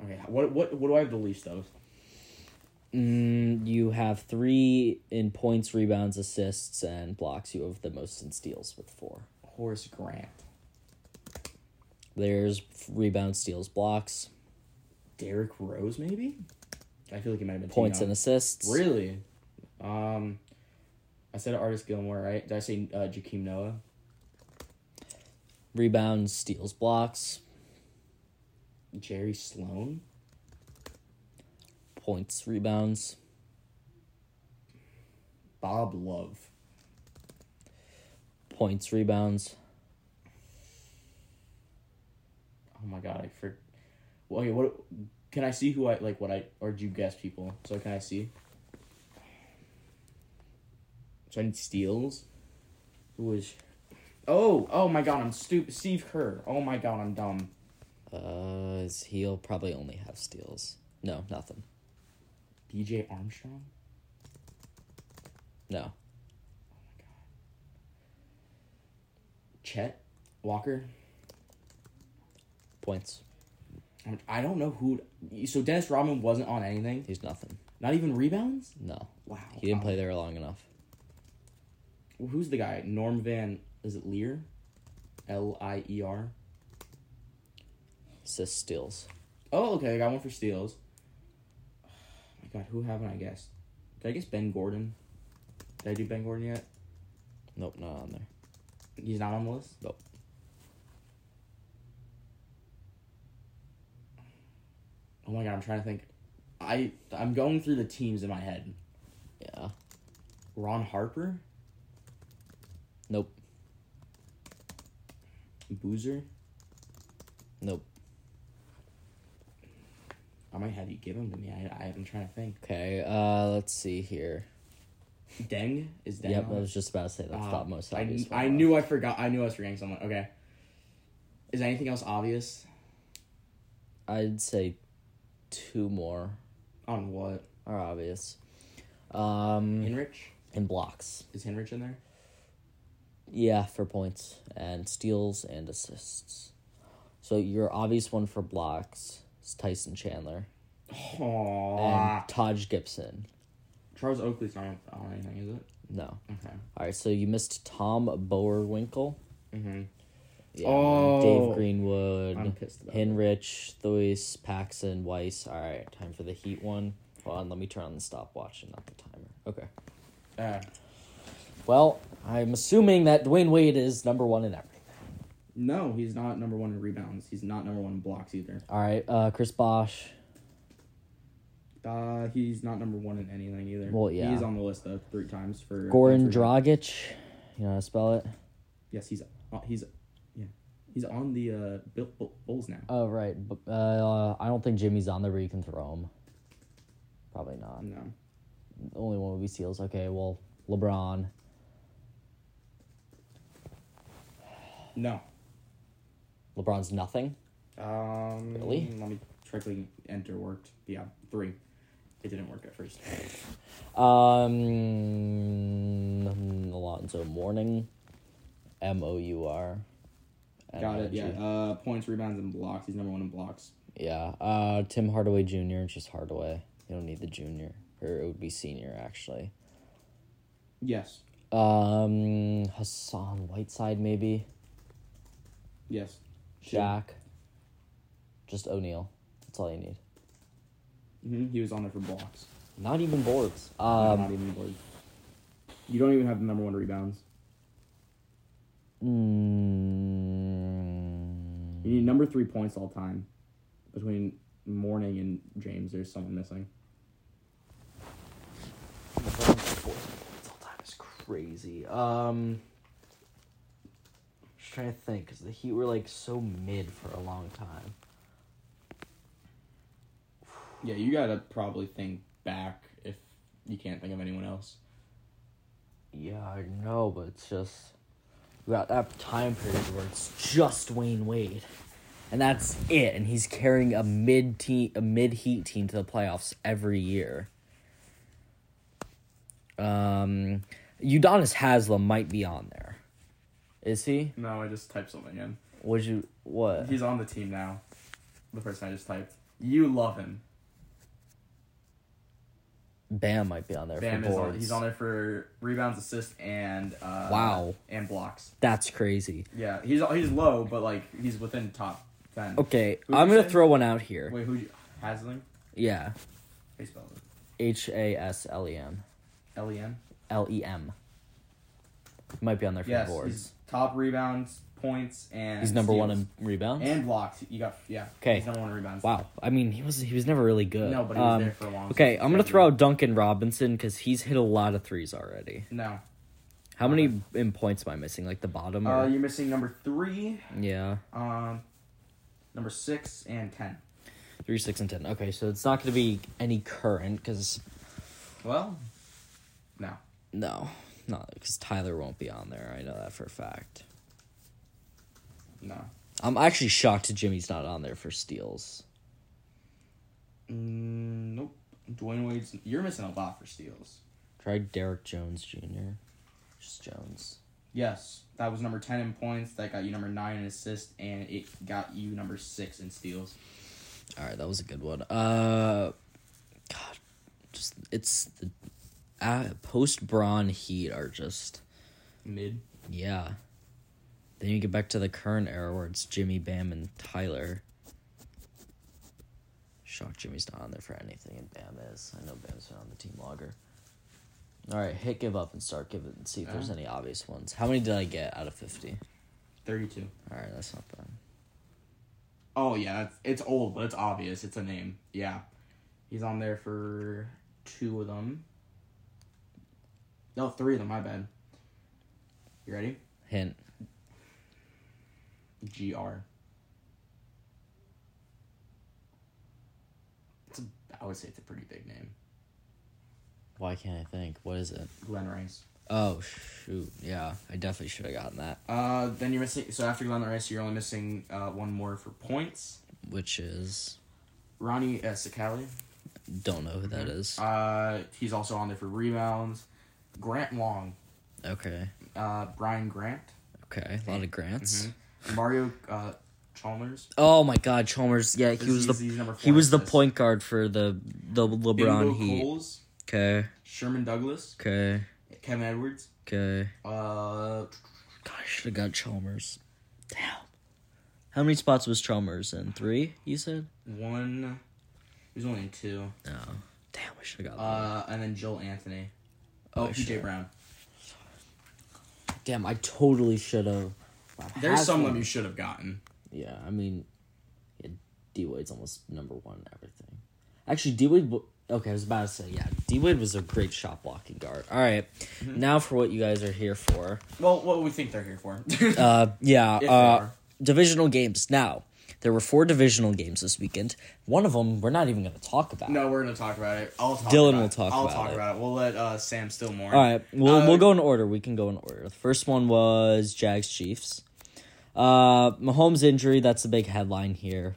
Okay. What what what do I have the least of?
Mm, you have three in points, rebounds, assists, and blocks. You have the most in steals with four.
Horace Grant,
There's rebounds, steals, blocks,
Derrick Rose, maybe. I feel like he might have been too
points,
young.
and assists.
Really? Um, I said Artis Gilmore, right? Did I say uh, Jakeem Noah?
Rebounds, steals, blocks,
Jerry Sloan?
points, rebounds,
Bob Love.
points, rebounds.
Oh my god, I for. Well, okay, what? Can I see who I like? What I or do you guess people? So can I see? So I need steals. Who was? Oh, oh my god, I'm stupid. Steve Kerr. Oh my god, I'm dumb.
Uh, is- he'll probably only have steals. No, nothing.
B.J. Armstrong.
No.
Chet Walker.
Points.
I'm- I don't know who. So Dennis Rodman wasn't on anything.
He's nothing.
Not even rebounds.
No.
Wow.
He didn't
Um,
play there long enough.
Who's the guy? Norm Van. Is it Lear? L I E R.
Assists, steals.
Oh, okay. I got one for steals. Oh my God, who haven't I guessed? Did I guess Ben Gordon? Did I do Ben Gordon yet?
Nope, not on there.
He's not on the list.
Nope.
Oh my God, I'm trying to think. I I'm going through the teams in my head.
Yeah.
Ron Harper,
Nope.
Boozer.
Nope.
I might have you give him to me. I, I I'm trying to think.
Okay. Uh, let's see here.
Deng is Deng.
yep,
on
I
it?
was just about to say that's
Ah,
the most
I,
obvious.
I
one.
knew I forgot. I knew I was forgetting someone. Okay. Is anything else obvious?
I'd say two more
On what?
are obvious. Um,
Hinrich?
and blocks.
Is Hinrich in there?
Yeah, for points and steals and assists. So your obvious one for blocks is Tyson Chandler
Aww. Ah.
and Taj Gibson.
Charles Oakley's not on- on anything, is it?
No.
Okay.
All right, so you missed Tom Boerwinkle.
Mm-hmm.
Yeah,
Oh.
Dave Greenwood.
I'm pissed about it.
Hinrich, Thewis, Paxson, Weiss. All right, time for the Heat one. Hold on, let me turn on the stopwatch and not the timer. Okay.
Uh,
Well, I'm assuming that Dwayne Wade is number one in everything.
no, he's not number one in rebounds. He's not number one in blocks either.
All right, uh, Chris Bosch.
Uh, he's not number one in anything either.
Well, yeah.
He's on the list though three times for
Goran
for-
Dragic. You know how to spell it?
Yes, he's uh, he's yeah he's on the uh Bill, Bull- Bulls now.
Oh, right. b- Uh, I don't think Jimmy's on there, but you can throw him. Probably not.
no,
The only one would be Seals. Okay, well, LeBron.
no.
LeBron's nothing.
Um,
Really?
Let me try clicking enter worked. Yeah, three. It didn't work at first.
Um, Alonzo Mourning, M O U R.
Got it. Yeah. Uh, points, rebounds, and blocks. He's number one in blocks.
Yeah. Uh, Tim Hardaway Jr. Just Hardaway. You don't need the junior, or it would be senior actually.
Yes.
Um, Hassan Whiteside maybe.
Yes.
Shaq. Just O'Neal. That's all you need.
hmm He was on there for blocks.
Not even boards.
not
Um,
even bored. You don't even have the number one rebounds.
mm,
You need number three points all time. Between Morning and James, there's someone missing.
LeBron's four points all time is crazy. Um, just trying to think because the Heat were like so mid for a long time.
Yeah, you gotta probably think back if you can't think of anyone else.
Yeah, I know, but it's just we got that time period where it's just Wayne Wade, and that's it. And he's carrying a mid team, a mid Heat team to the playoffs every year. Um, Udonis Haslam might be on there. Is he?
No, I just typed something in.
Would you what?
He's on the team now. The person I just typed. You love him.
Bam might be on there
Bam
for
is
boards.
on, he's on there for rebounds, assists, and uh,
Wow.
and blocks.
That's crazy.
Yeah, he's he's low, but like he's within top ten.
Okay,
Who'd
I'm
you
gonna
say?
throw one out here.
Wait, who? Hasling?
Yeah,
Baseball. spelled it?
H A S L E M
L E M.
L E M. Might be on there for
Yes,
boards.
he's top rebounds, points, and
He's number one
steals.
in rebounds.
and blocks. You got yeah.
'Kay.
He's number one in rebounds.
wow, I mean he was he was never really good.
No, but he was
Um,
there for a long.
Okay, I'm gonna throw out Duncan Robinson because he's hit a lot of threes already.
No,
How many in points am I missing? Like the bottom? Or,
uh, you're missing number three,
yeah,
um, number six and ten.
three, six, and ten. Okay, so it's not gonna be any current because
Well, no.
no, not because Tyler won't be on there. I know that for a fact.
No.
I'm actually shocked Jimmy's not on there for steals.
Mm, nope. Dwayne Wade's. You're missing a lot for steals.
Try Derek Jones Jr. Just Jones.
Yes, that was number ten in points. That got you number nine in assists, and it got you number six in steals.
All right, that was a good one. Uh, God, just it's the uh, post Braun Heat are just
Mid.
yeah. Then you get back to the current era where it's Jimmy Bam and Tyler. Shocked Jimmy's not on there for anything, and Bam is. I know Bam's been on the team logger. All right, hit give up and start giving and see if there's
Yeah.
any obvious ones. How many did I get out of fifty?
Thirty-two.
All right, that's not bad.
Oh yeah, that's, it's old, but it's obvious. It's a name. Yeah, he's on there for two of them. No, three of them. My bad. You ready?
Hint.
Gr. It's a, I would say it's a pretty big name.
Why can't I think? What is it?
Glenn Rice.
Oh shoot! Yeah, I definitely should have gotten that.
Uh, then you're missing. So after Glenn Rice, you're only missing uh, one more for points.
Which is
Ronnie uh, Sicali.
don't know who that is.
Uh, he's also on there for rebounds. Grant Long.
Okay,
Uh, Brian Grant.
okay, a lot of grants.
Mm-hmm. Mario uh, Chalmers.
Oh my God, Chalmers! Yeah, he was the
number four
he was the
assist.
point guard for the the LeBron
Bimbo
Heat.
Coles,
Okay,
Sherman Douglas,
okay,
Kevin Edwards.
okay.
Uh,
God, I should have got Chalmers. Damn. How many spots was Chalmers in? Three? You said?
one. He was only in two.
No. Damn, I should have got. that.
Uh, and then Joel Anthony. Oh,
Oh,
PJ
shit.
Brown.
Damn, I totally should have.
There's someone you should have gotten.
Yeah, I mean, yeah, D Wade's almost number one in everything. Actually, D Wade. w- Okay, I was about to say yeah. D Wade was a great shot blocking guard. All right,
Mm-hmm.
now for what you guys are here for.
Well, what we think they're here for.
Uh, yeah.
If they
Uh,
are.
divisional games. Now there were four divisional games this weekend. One of them we're not even going to talk about.
no, we're gonna talk about it. I'll talk.
Dylan
about
will
it.
talk
I'll
about
talk
it.
about it. We'll let uh, Sam Stillmore.
All right, we'll
Uh,
we'll go in order. We can go in order. The first one was Jags Chiefs. Uh, Mahomes injury. That's the big headline here.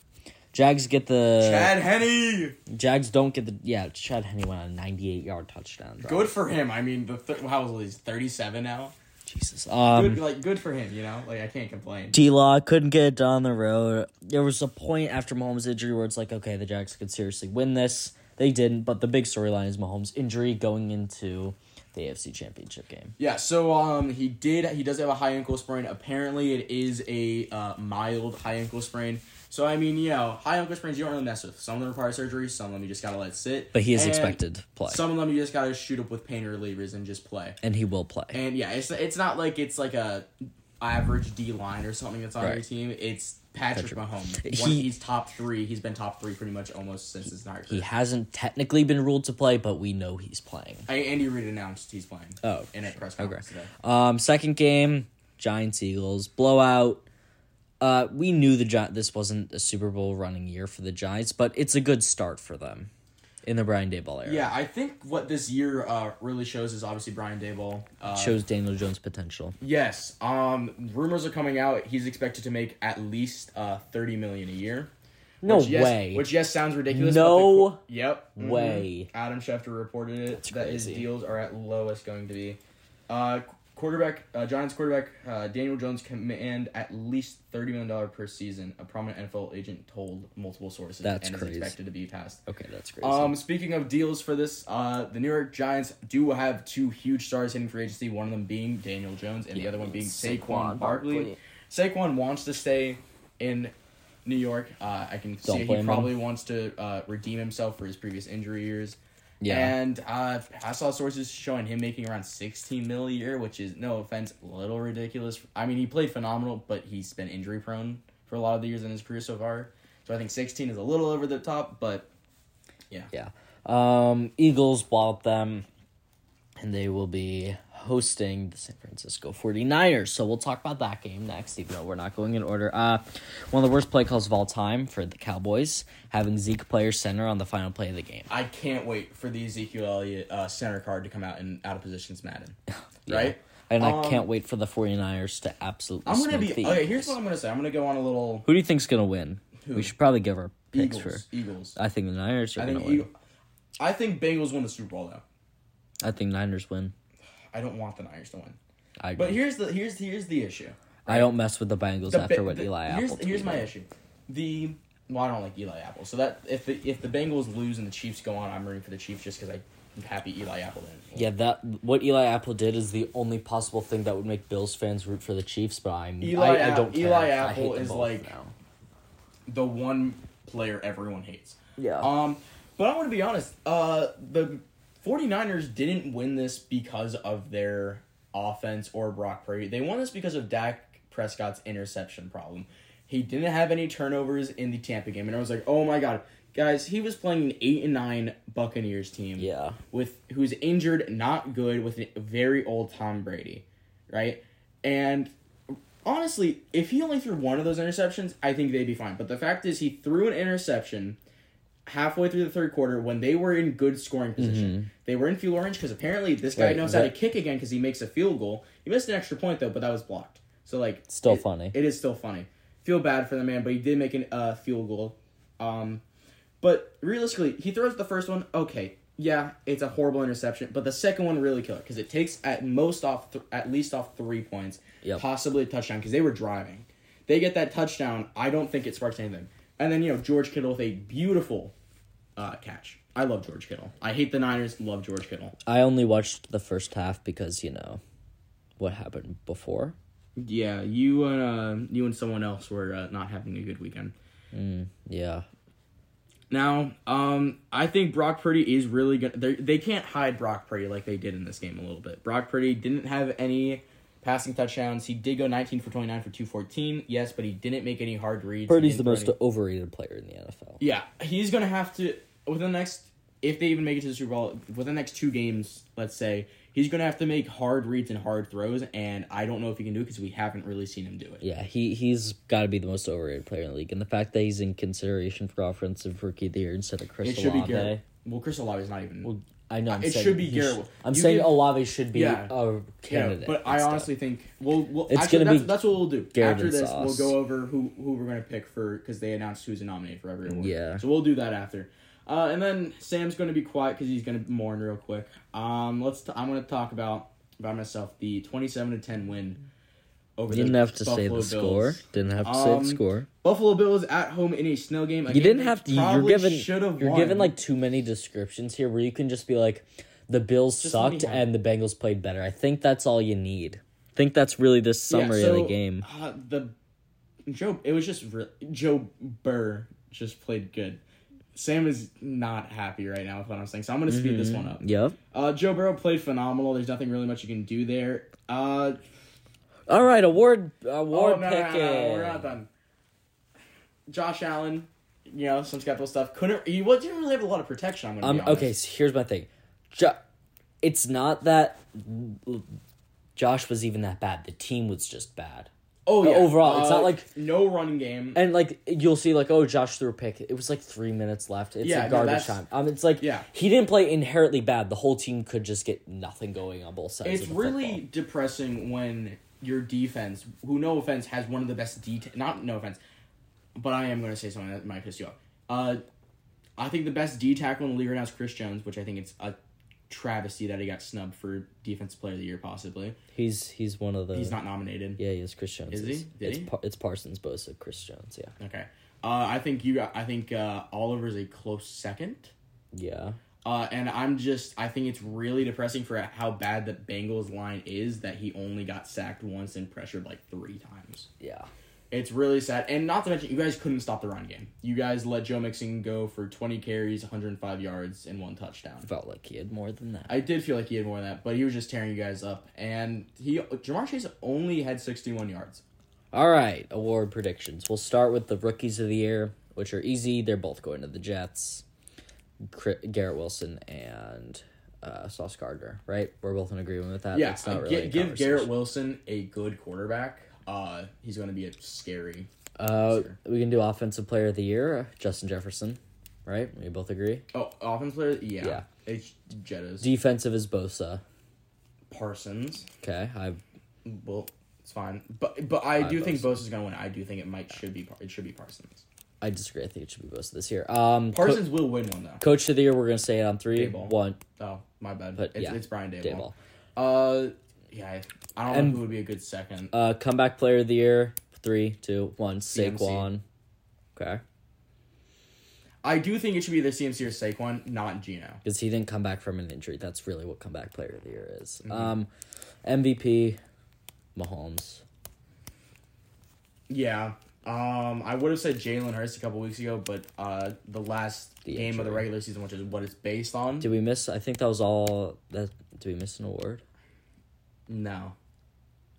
Jags get the
Chad Henney.
Jags don't get the yeah. Chad Henne went on a ninety-eight yard touchdown. Drive.
Good for him. I mean, the th- how old is he? Thirty-seven now.
Jesus.
Good,
Um,
like good for him. You know, like I can't complain.
D Law couldn't get it done on the road. There was a point after Mahomes' injury where it's like, okay, the Jags could seriously win this. They didn't, but the big storyline is Mahomes' injury going into the AFC Championship game.
Yeah, so um, he did. He does have a high ankle sprain. Apparently, it is a uh, mild high ankle sprain. So I mean, you know, high ankle sprains you don't really mess with. Some of them require surgery. Some of them you just gotta let sit.
But he is
And
expected to play,
Some of them you just gotta shoot up with pain relievers and just play.
and he will play.
And yeah, it's it's not like it's like a average D line or something that's on your
Right.
team. It's Patrick,
Patrick.
Mahomes. One,
He-
he's top three. He's been top three pretty much almost since his entire
he
career.
hasn't technically been ruled to play, but we know he's playing.
I, Andy Reid announced he's playing.
Oh,
in a press conference today.
Um, second game, Giants Eagles blowout. Uh, we knew the Gi- this wasn't a Super Bowl running year for the Giants, but it's a good start for them in the Brian Dayball era.
Yeah, I think what this year uh, really shows is obviously Brian Dable. Uh,
shows Daniel Jones' potential.
yes, um, rumors are coming out. He's expected to make at least uh, thirty million a year.
No
which, yes,
way.
Which yes sounds ridiculous.
No
but the- yep. mhm.
way.
Adam Schefter reported it that his
crazy.
deals are at lowest going to be. Uh, qu- quarterback uh, Giants quarterback uh, Daniel Jones command at least thirty million dollar per season. A prominent NFL agent told multiple sources.
That's
and
crazy.
is expected to be passed.
Okay, that's crazy.
Um, speaking of deals for this, uh, the New York Giants do have two huge stars hitting free agency. One of them being Daniel Jones, and the other one being Saquon,
Saquon
Barkley.
Barkley.
Saquon wants to stay in New York. Uh, I can
Don't
see
blame
he
him.
probably wants to uh, redeem himself for his previous injury years.
yeah,
And uh, I saw sources showing him making around 16 mil a year, which is, no offense, a little ridiculous. I mean, he played phenomenal, but he's been injury prone for a lot of the years in his career so far. So I think 16 is a little over the top, but
yeah. Um, Eagles bought them, and they will be hosting the San Francisco 49ers. So we'll talk about that game next, even though we're not going in order. Uh, one of the worst play calls of all time for the Cowboys, having Zeke player center on the final play of the game.
I can't wait for the Ezekiel Elliott uh, center card to come out in out of positions Madden.
Yeah.
Right?
And I
Um,
can't wait for the 49ers to absolutely
I'm going to
smoke
be.
the
Okay,
Eagles.
here's what I'm going to say. I'm going to go on a little
Who do you think's going to win? We should probably give our picks
Eagles.
for.
Eagles.
I think the Niners are
I
going
think
to win.
Eagle, I think Bengals win the Super Bowl, though.
I think Niners win.
I don't want the Niners to win.
I
But
agree.
here's the here's here's the issue.
I don't mess with the Bengals
The
after
Ba-
what
the-
Eli
here's,
Apple.
Here's my
tweeted.
issue. The well, I don't like Eli Apple. So that if the if the Bengals lose and the Chiefs go on, I'm rooting for the Chiefs just because I'm happy Eli Apple didn't.
Yeah, that what Eli Apple did is the only possible thing that would make Bills fans root for the Chiefs, but I'm
Eli
I, I
Ap-
don't care.
Eli
I hate
Apple
them
is
both
like-
now.
The one player everyone hates.
Yeah.
Um, but I want to be honest. Uh, the 49ers didn't win this because of their offense or Brock Purdy. They won this because of Dak Prescott's interception problem. He didn't have any turnovers in the Tampa game, and I was like, oh my god, guys, he was playing an eight and nine Buccaneers team.
Yeah.
with who's injured, not good, with a very old Tom Brady, right? And honestly, if he only threw one of those interceptions, I think they'd be fine. But the fact is, he threw an interception halfway through the third quarter when they were in good scoring position. They were in field orange because apparently this guy
Mm-hmm. Right,
knows how
that-
to kick again because he makes a field goal. He missed an extra point though, but that was blocked. So like,
Still
it-
funny.
It is still funny. Feel bad for the man, but he did make an uh, field goal. Um, but realistically, he throws the first one. Okay, yeah, it's a horrible interception, but the second one really killed because it takes at most off th- at least off three points,
Yep.
possibly a touchdown because they were driving. They get that touchdown. I don't think it sparks anything. And then you know George Kittle with a beautiful uh, catch. I love George Kittle. I hate the Niners. Love George Kittle.
I only watched the first half because, you know, what happened before.
Yeah, you and uh, you and someone else were uh, not having a good weekend.
Yeah.
Now, um, I think Brock Purdy is really good. They they can't hide Brock Purdy like they did in this game a little bit. Brock Purdy didn't have any passing touchdowns. He did go 19 for 29 for 214. Yes, but he didn't make any hard reads. He
Purdy's the
didn't
most
throw any-
overrated player in the NFL.
yeah, he's gonna have to within the next if they even make it to the Super Bowl within the next two games. Let's say he's gonna have to make hard reads and hard throws, and I don't know if he can do it because we haven't really seen him do it.
Yeah, he he's got to be the most overrated player in the league, and the fact that he's in consideration for offensive rookie of the year instead of Chris
It should be
Olave,
Garrett. Well, Chris Olave's not even.
I know I'm
It
saying
should be
he sh-
Garrett.
I'm
You
saying
give-
Olave should be
Yeah.
a
Yeah,
candidate.
but I
instead.
honestly think we'll, we'll
It's
actually,
gonna
that's,
be
that's what we'll do.
Garrett
after
and
this, we'll
Sauce.
go over who who we're gonna pick for because they announced who's nominated for every award.
Yeah.
so we'll do that after. Uh, and then Sam's gonna be quiet because he's gonna mourn real quick. Um, let's. T- I'm gonna talk about by myself the 27 to 10 win over.
You didn't
the
have to say the
Buffalo
score.
Bills.
Didn't have to say
Um,
the score.
Buffalo Bills at home in a snow game.
You didn't have to. You're given.
Should have.
You're given like too many descriptions here, where you can just be like, the Bills
Just let me
sucked
have
and the Bengals played better. I think that's all you need. I think that's really the summary of the game.
Uh, the Joe, it was just re- Joe Burr just played good. Sam is not happy right now with what I'm saying, so I'm gonna speed
Mm-hmm.
this one up.
Hmm, Yep.
Uh, Joe Burrow played phenomenal. There's nothing really much you can do there. Uh,
All right, award
oh,
award
no, no, no,
picking.
no, we're not done. Josh Allen, you know some skeptical stuff. Couldn't he? What didn't really have a lot of protection. I'm gonna
Um.
be honest.
Okay. So here's my thing. Jo- it's not that Josh was even that bad. The team was just bad.
Oh yeah.
overall, it's not like-
no running game.
And like you'll see, like oh, Josh threw a pick. It was like three minutes left. It's
Yeah,
a
no, that's-
garbage time. Um, it's like
Yeah.
he didn't play inherently bad. The whole team could just get nothing going on both sides.
It's
of the
really
football.
depressing when your defense, who no offense has one of the best D, not no offense, but I am going to say something that might piss you off. Uh, I think the best D tackle in the league right now is Chris Jones, which I think it's a travesty that he got snubbed for Defensive Player of the Year, possibly.
He's he's one of the.
He's not nominated.
Yeah, he was Chris Jones.
Is he? Did
it's
he?
Par- it's Parsons, Bosa, Chris Jones. Yeah.
Okay. Uh, I think you. got- I think uh, Oliver's a close second.
Yeah.
Uh, and I'm just. I think it's really depressing for how bad the Bengals line is that he only got sacked once and pressured like three times.
Yeah.
It's really sad. And not to mention, you guys couldn't stop the run game. You guys let Joe Mixon go for 20 carries, 105 yards, and one touchdown.
Felt like he had more than that.
I did feel like he had more than that, but he was just tearing you guys up. And he Jamar Chase only had 61 yards.
All right. Award predictions. We'll start with the rookies of the year, which are easy. They're both going to the Jets. Cri- Garrett Wilson and uh, Sauce Gardner. Right. We're both in agreement with that.
Yeah,
It's not
uh,
really
gi-
a
give Garrett
conversation.
Wilson a good quarterback. Uh, he's going to be a scary.
Uh, we can do offensive player of the year, uh, Justin Jefferson. Right. We both agree.
Oh, offense player. Yeah,
Yeah.
it's Jettas,
Defensive is Bosa.
Parsons.
Okay. I've
Well, it's fine, but but I do think
Bosa.
Bosa's going to win. I do think it might should be Par- it should be Parsons.
I disagree. I think it should be Bosa this year. Um, Co-
Parsons will win one though.
Coach of the year, we're gonna say it on three,
Dayball.
one,
Oh, my bad.
But,
it's,
yeah,
it's Brian Dayball.
Dayball.
Uh, yeah, I, I don't
And-
know who would be a good second.
Uh, comeback player of the year, three, two, one,
CMC.
Saquon. Okay,
I do think it should be the CMC or Saquon, not Gino.
because he didn't come back from an injury. That's really what comeback player of the year is.
Mm-hmm.
Um, MVP, Mahomes.
Yeah. Um, I would have said Jalen Hurst a couple weeks ago, but uh, the last
The
game of the
injury.
regular season, which is what it's based on.
Did we miss? I think that was all. That did we miss an award?
no,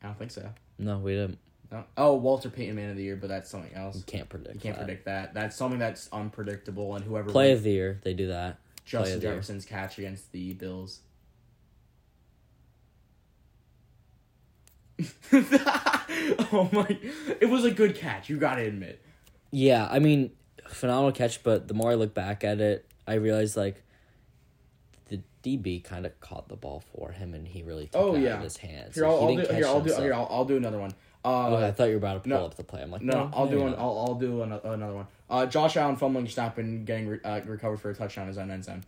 I don't think so.
No, we didn't.
No. Oh, Walter Payton Man of the Year, but that's something else.
Can't predict.
You can't
that.
predict that. That's something that's unpredictable, and whoever
Play
wins
of the year, they do that. play
Justin
of the year.
Jefferson's catch against the Bills. oh my! It was a good catch. You gotta admit.
Yeah, I mean, phenomenal catch, but the more I look back at it, I realize like the DB kind of caught the ball for him, and he really took
Oh,
it out
yeah.
of his hands.
Here,
Like,
I'll,
he
I'll
didn't
do.
catch
Here, I'll do.
himself.
Here, I'll, I'll do another one. Uh,
Okay, I thought you were about to pull
no.
up the play. I'm like,
No, I'll do
you're
one.
not.
I'll, I'll do another, another one. Uh, Josh Allen fumbling, snapping, getting re- uh, recovered for a touchdown in his own end zone.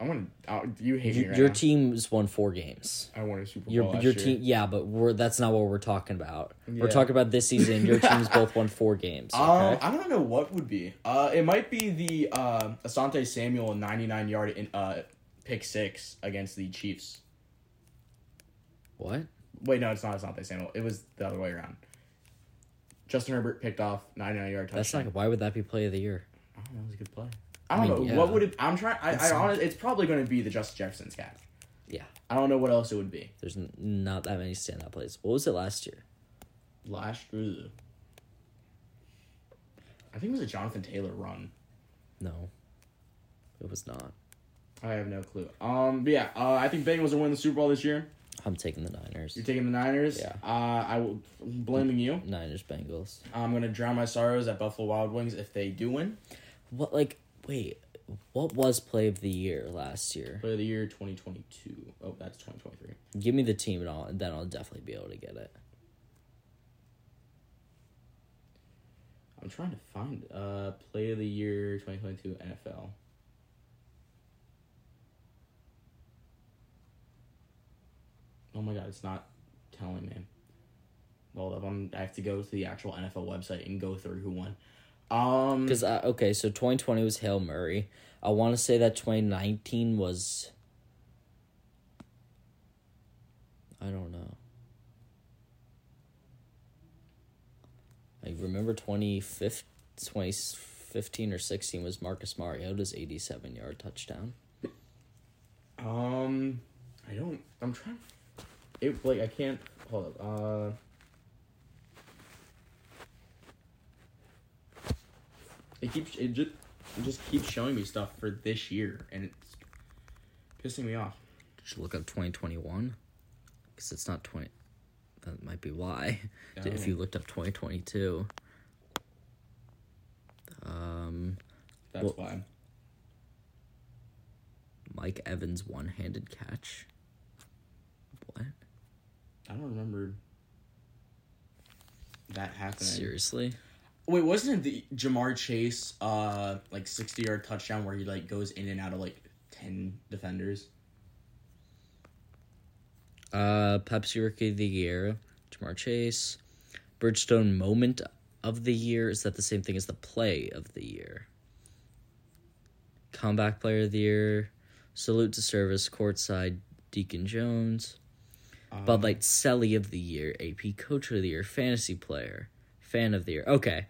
I want to. Uh, you hate me
Your,
right
your
now.
team's won four games.
I won a Super Bowl.
Your
last
your
year.
team, yeah, but we're that's not what we're talking about. We're
Yeah.
talking about this season. Your team's both won four games. Okay?
Um, I don't know what would be. Uh, it might be the uh, Asante Samuel 99 yard in uh pick six against the Chiefs.
what?
Wait, no, it's not Asante Samuel. It was the other way around. Justin Herbert picked off 99 yard touchdown.
That's not. Why would that be play of the year?
I don't know. It was a good play. I don't
I mean,
know
yeah.
what would it. I'm trying. I, I honestly, it's probably going to be the Justin Jefferson's catch.
Yeah,
I don't know what else it would be.
there's n- not that many standout plays. What was it last year?
Last, ugh. I think it was a Jonathan Taylor run.
No, it was not.
I have no clue. Um, but yeah, uh, I think Bengals will win the Super Bowl this year.
I'm taking the Niners.
You're taking the Niners.
Yeah.
Uh, I will blaming you.
Niners Bengals.
I'm gonna drown my sorrows at Buffalo Wild Wings if they do win.
What like wait, what was play of the year last year?
Player of the year 2022. Oh, that's 2023.
Give me the team and I'll then I'll definitely be able to get it.
I'm trying to find uh play of the year 2022 NFL. Oh my god, it's not telling me. Hold up, I'm, I have to go to the actual NFL website and go through who won. Um,
Cuz I uh, okay, so 2020 was Hale Murray. I want to say that 2019 was I don't know. I remember 2015, 2015 or 16 was Marcus Mariota's 87 yard touchdown.
um, I don't. I'm trying. It like I can't. Hold up. Uh. It keeps it just it just keeps showing me stuff for this year, and it's pissing me off.
Should look up 2021 because it's not 20. That might be why. If you looked up 2022. Um,
That's
Well-
why.
Mike Evans one handed catch. What?
I don't remember that happening.
Seriously?
Wait, wasn't it the Jamar Chase uh like sixty yard touchdown where he like goes in and out of like ten defenders.
Uh, Pepsi Rookie of the Year, Jamar Chase. Bridgestone Moment of the Year. Is that the same thing as the Play of the Year? Comeback Player of the Year. Salute to Service, Courtside, Deacon Jones.
Um,
Bud Light Selly of the Year, AP Coach of the Year, Fantasy Player, Fan of the Year. Okay.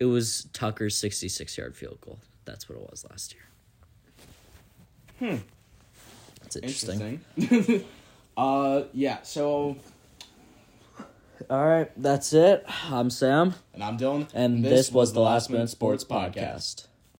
It was Tucker's 66 yard field goal. That's what it was last year. Hmm. That's interesting.
interesting. uh, yeah. So,
All right. That's it. I'm Sam.
and I'm Dylan,
And this, was the Last Minute Sports Podcast.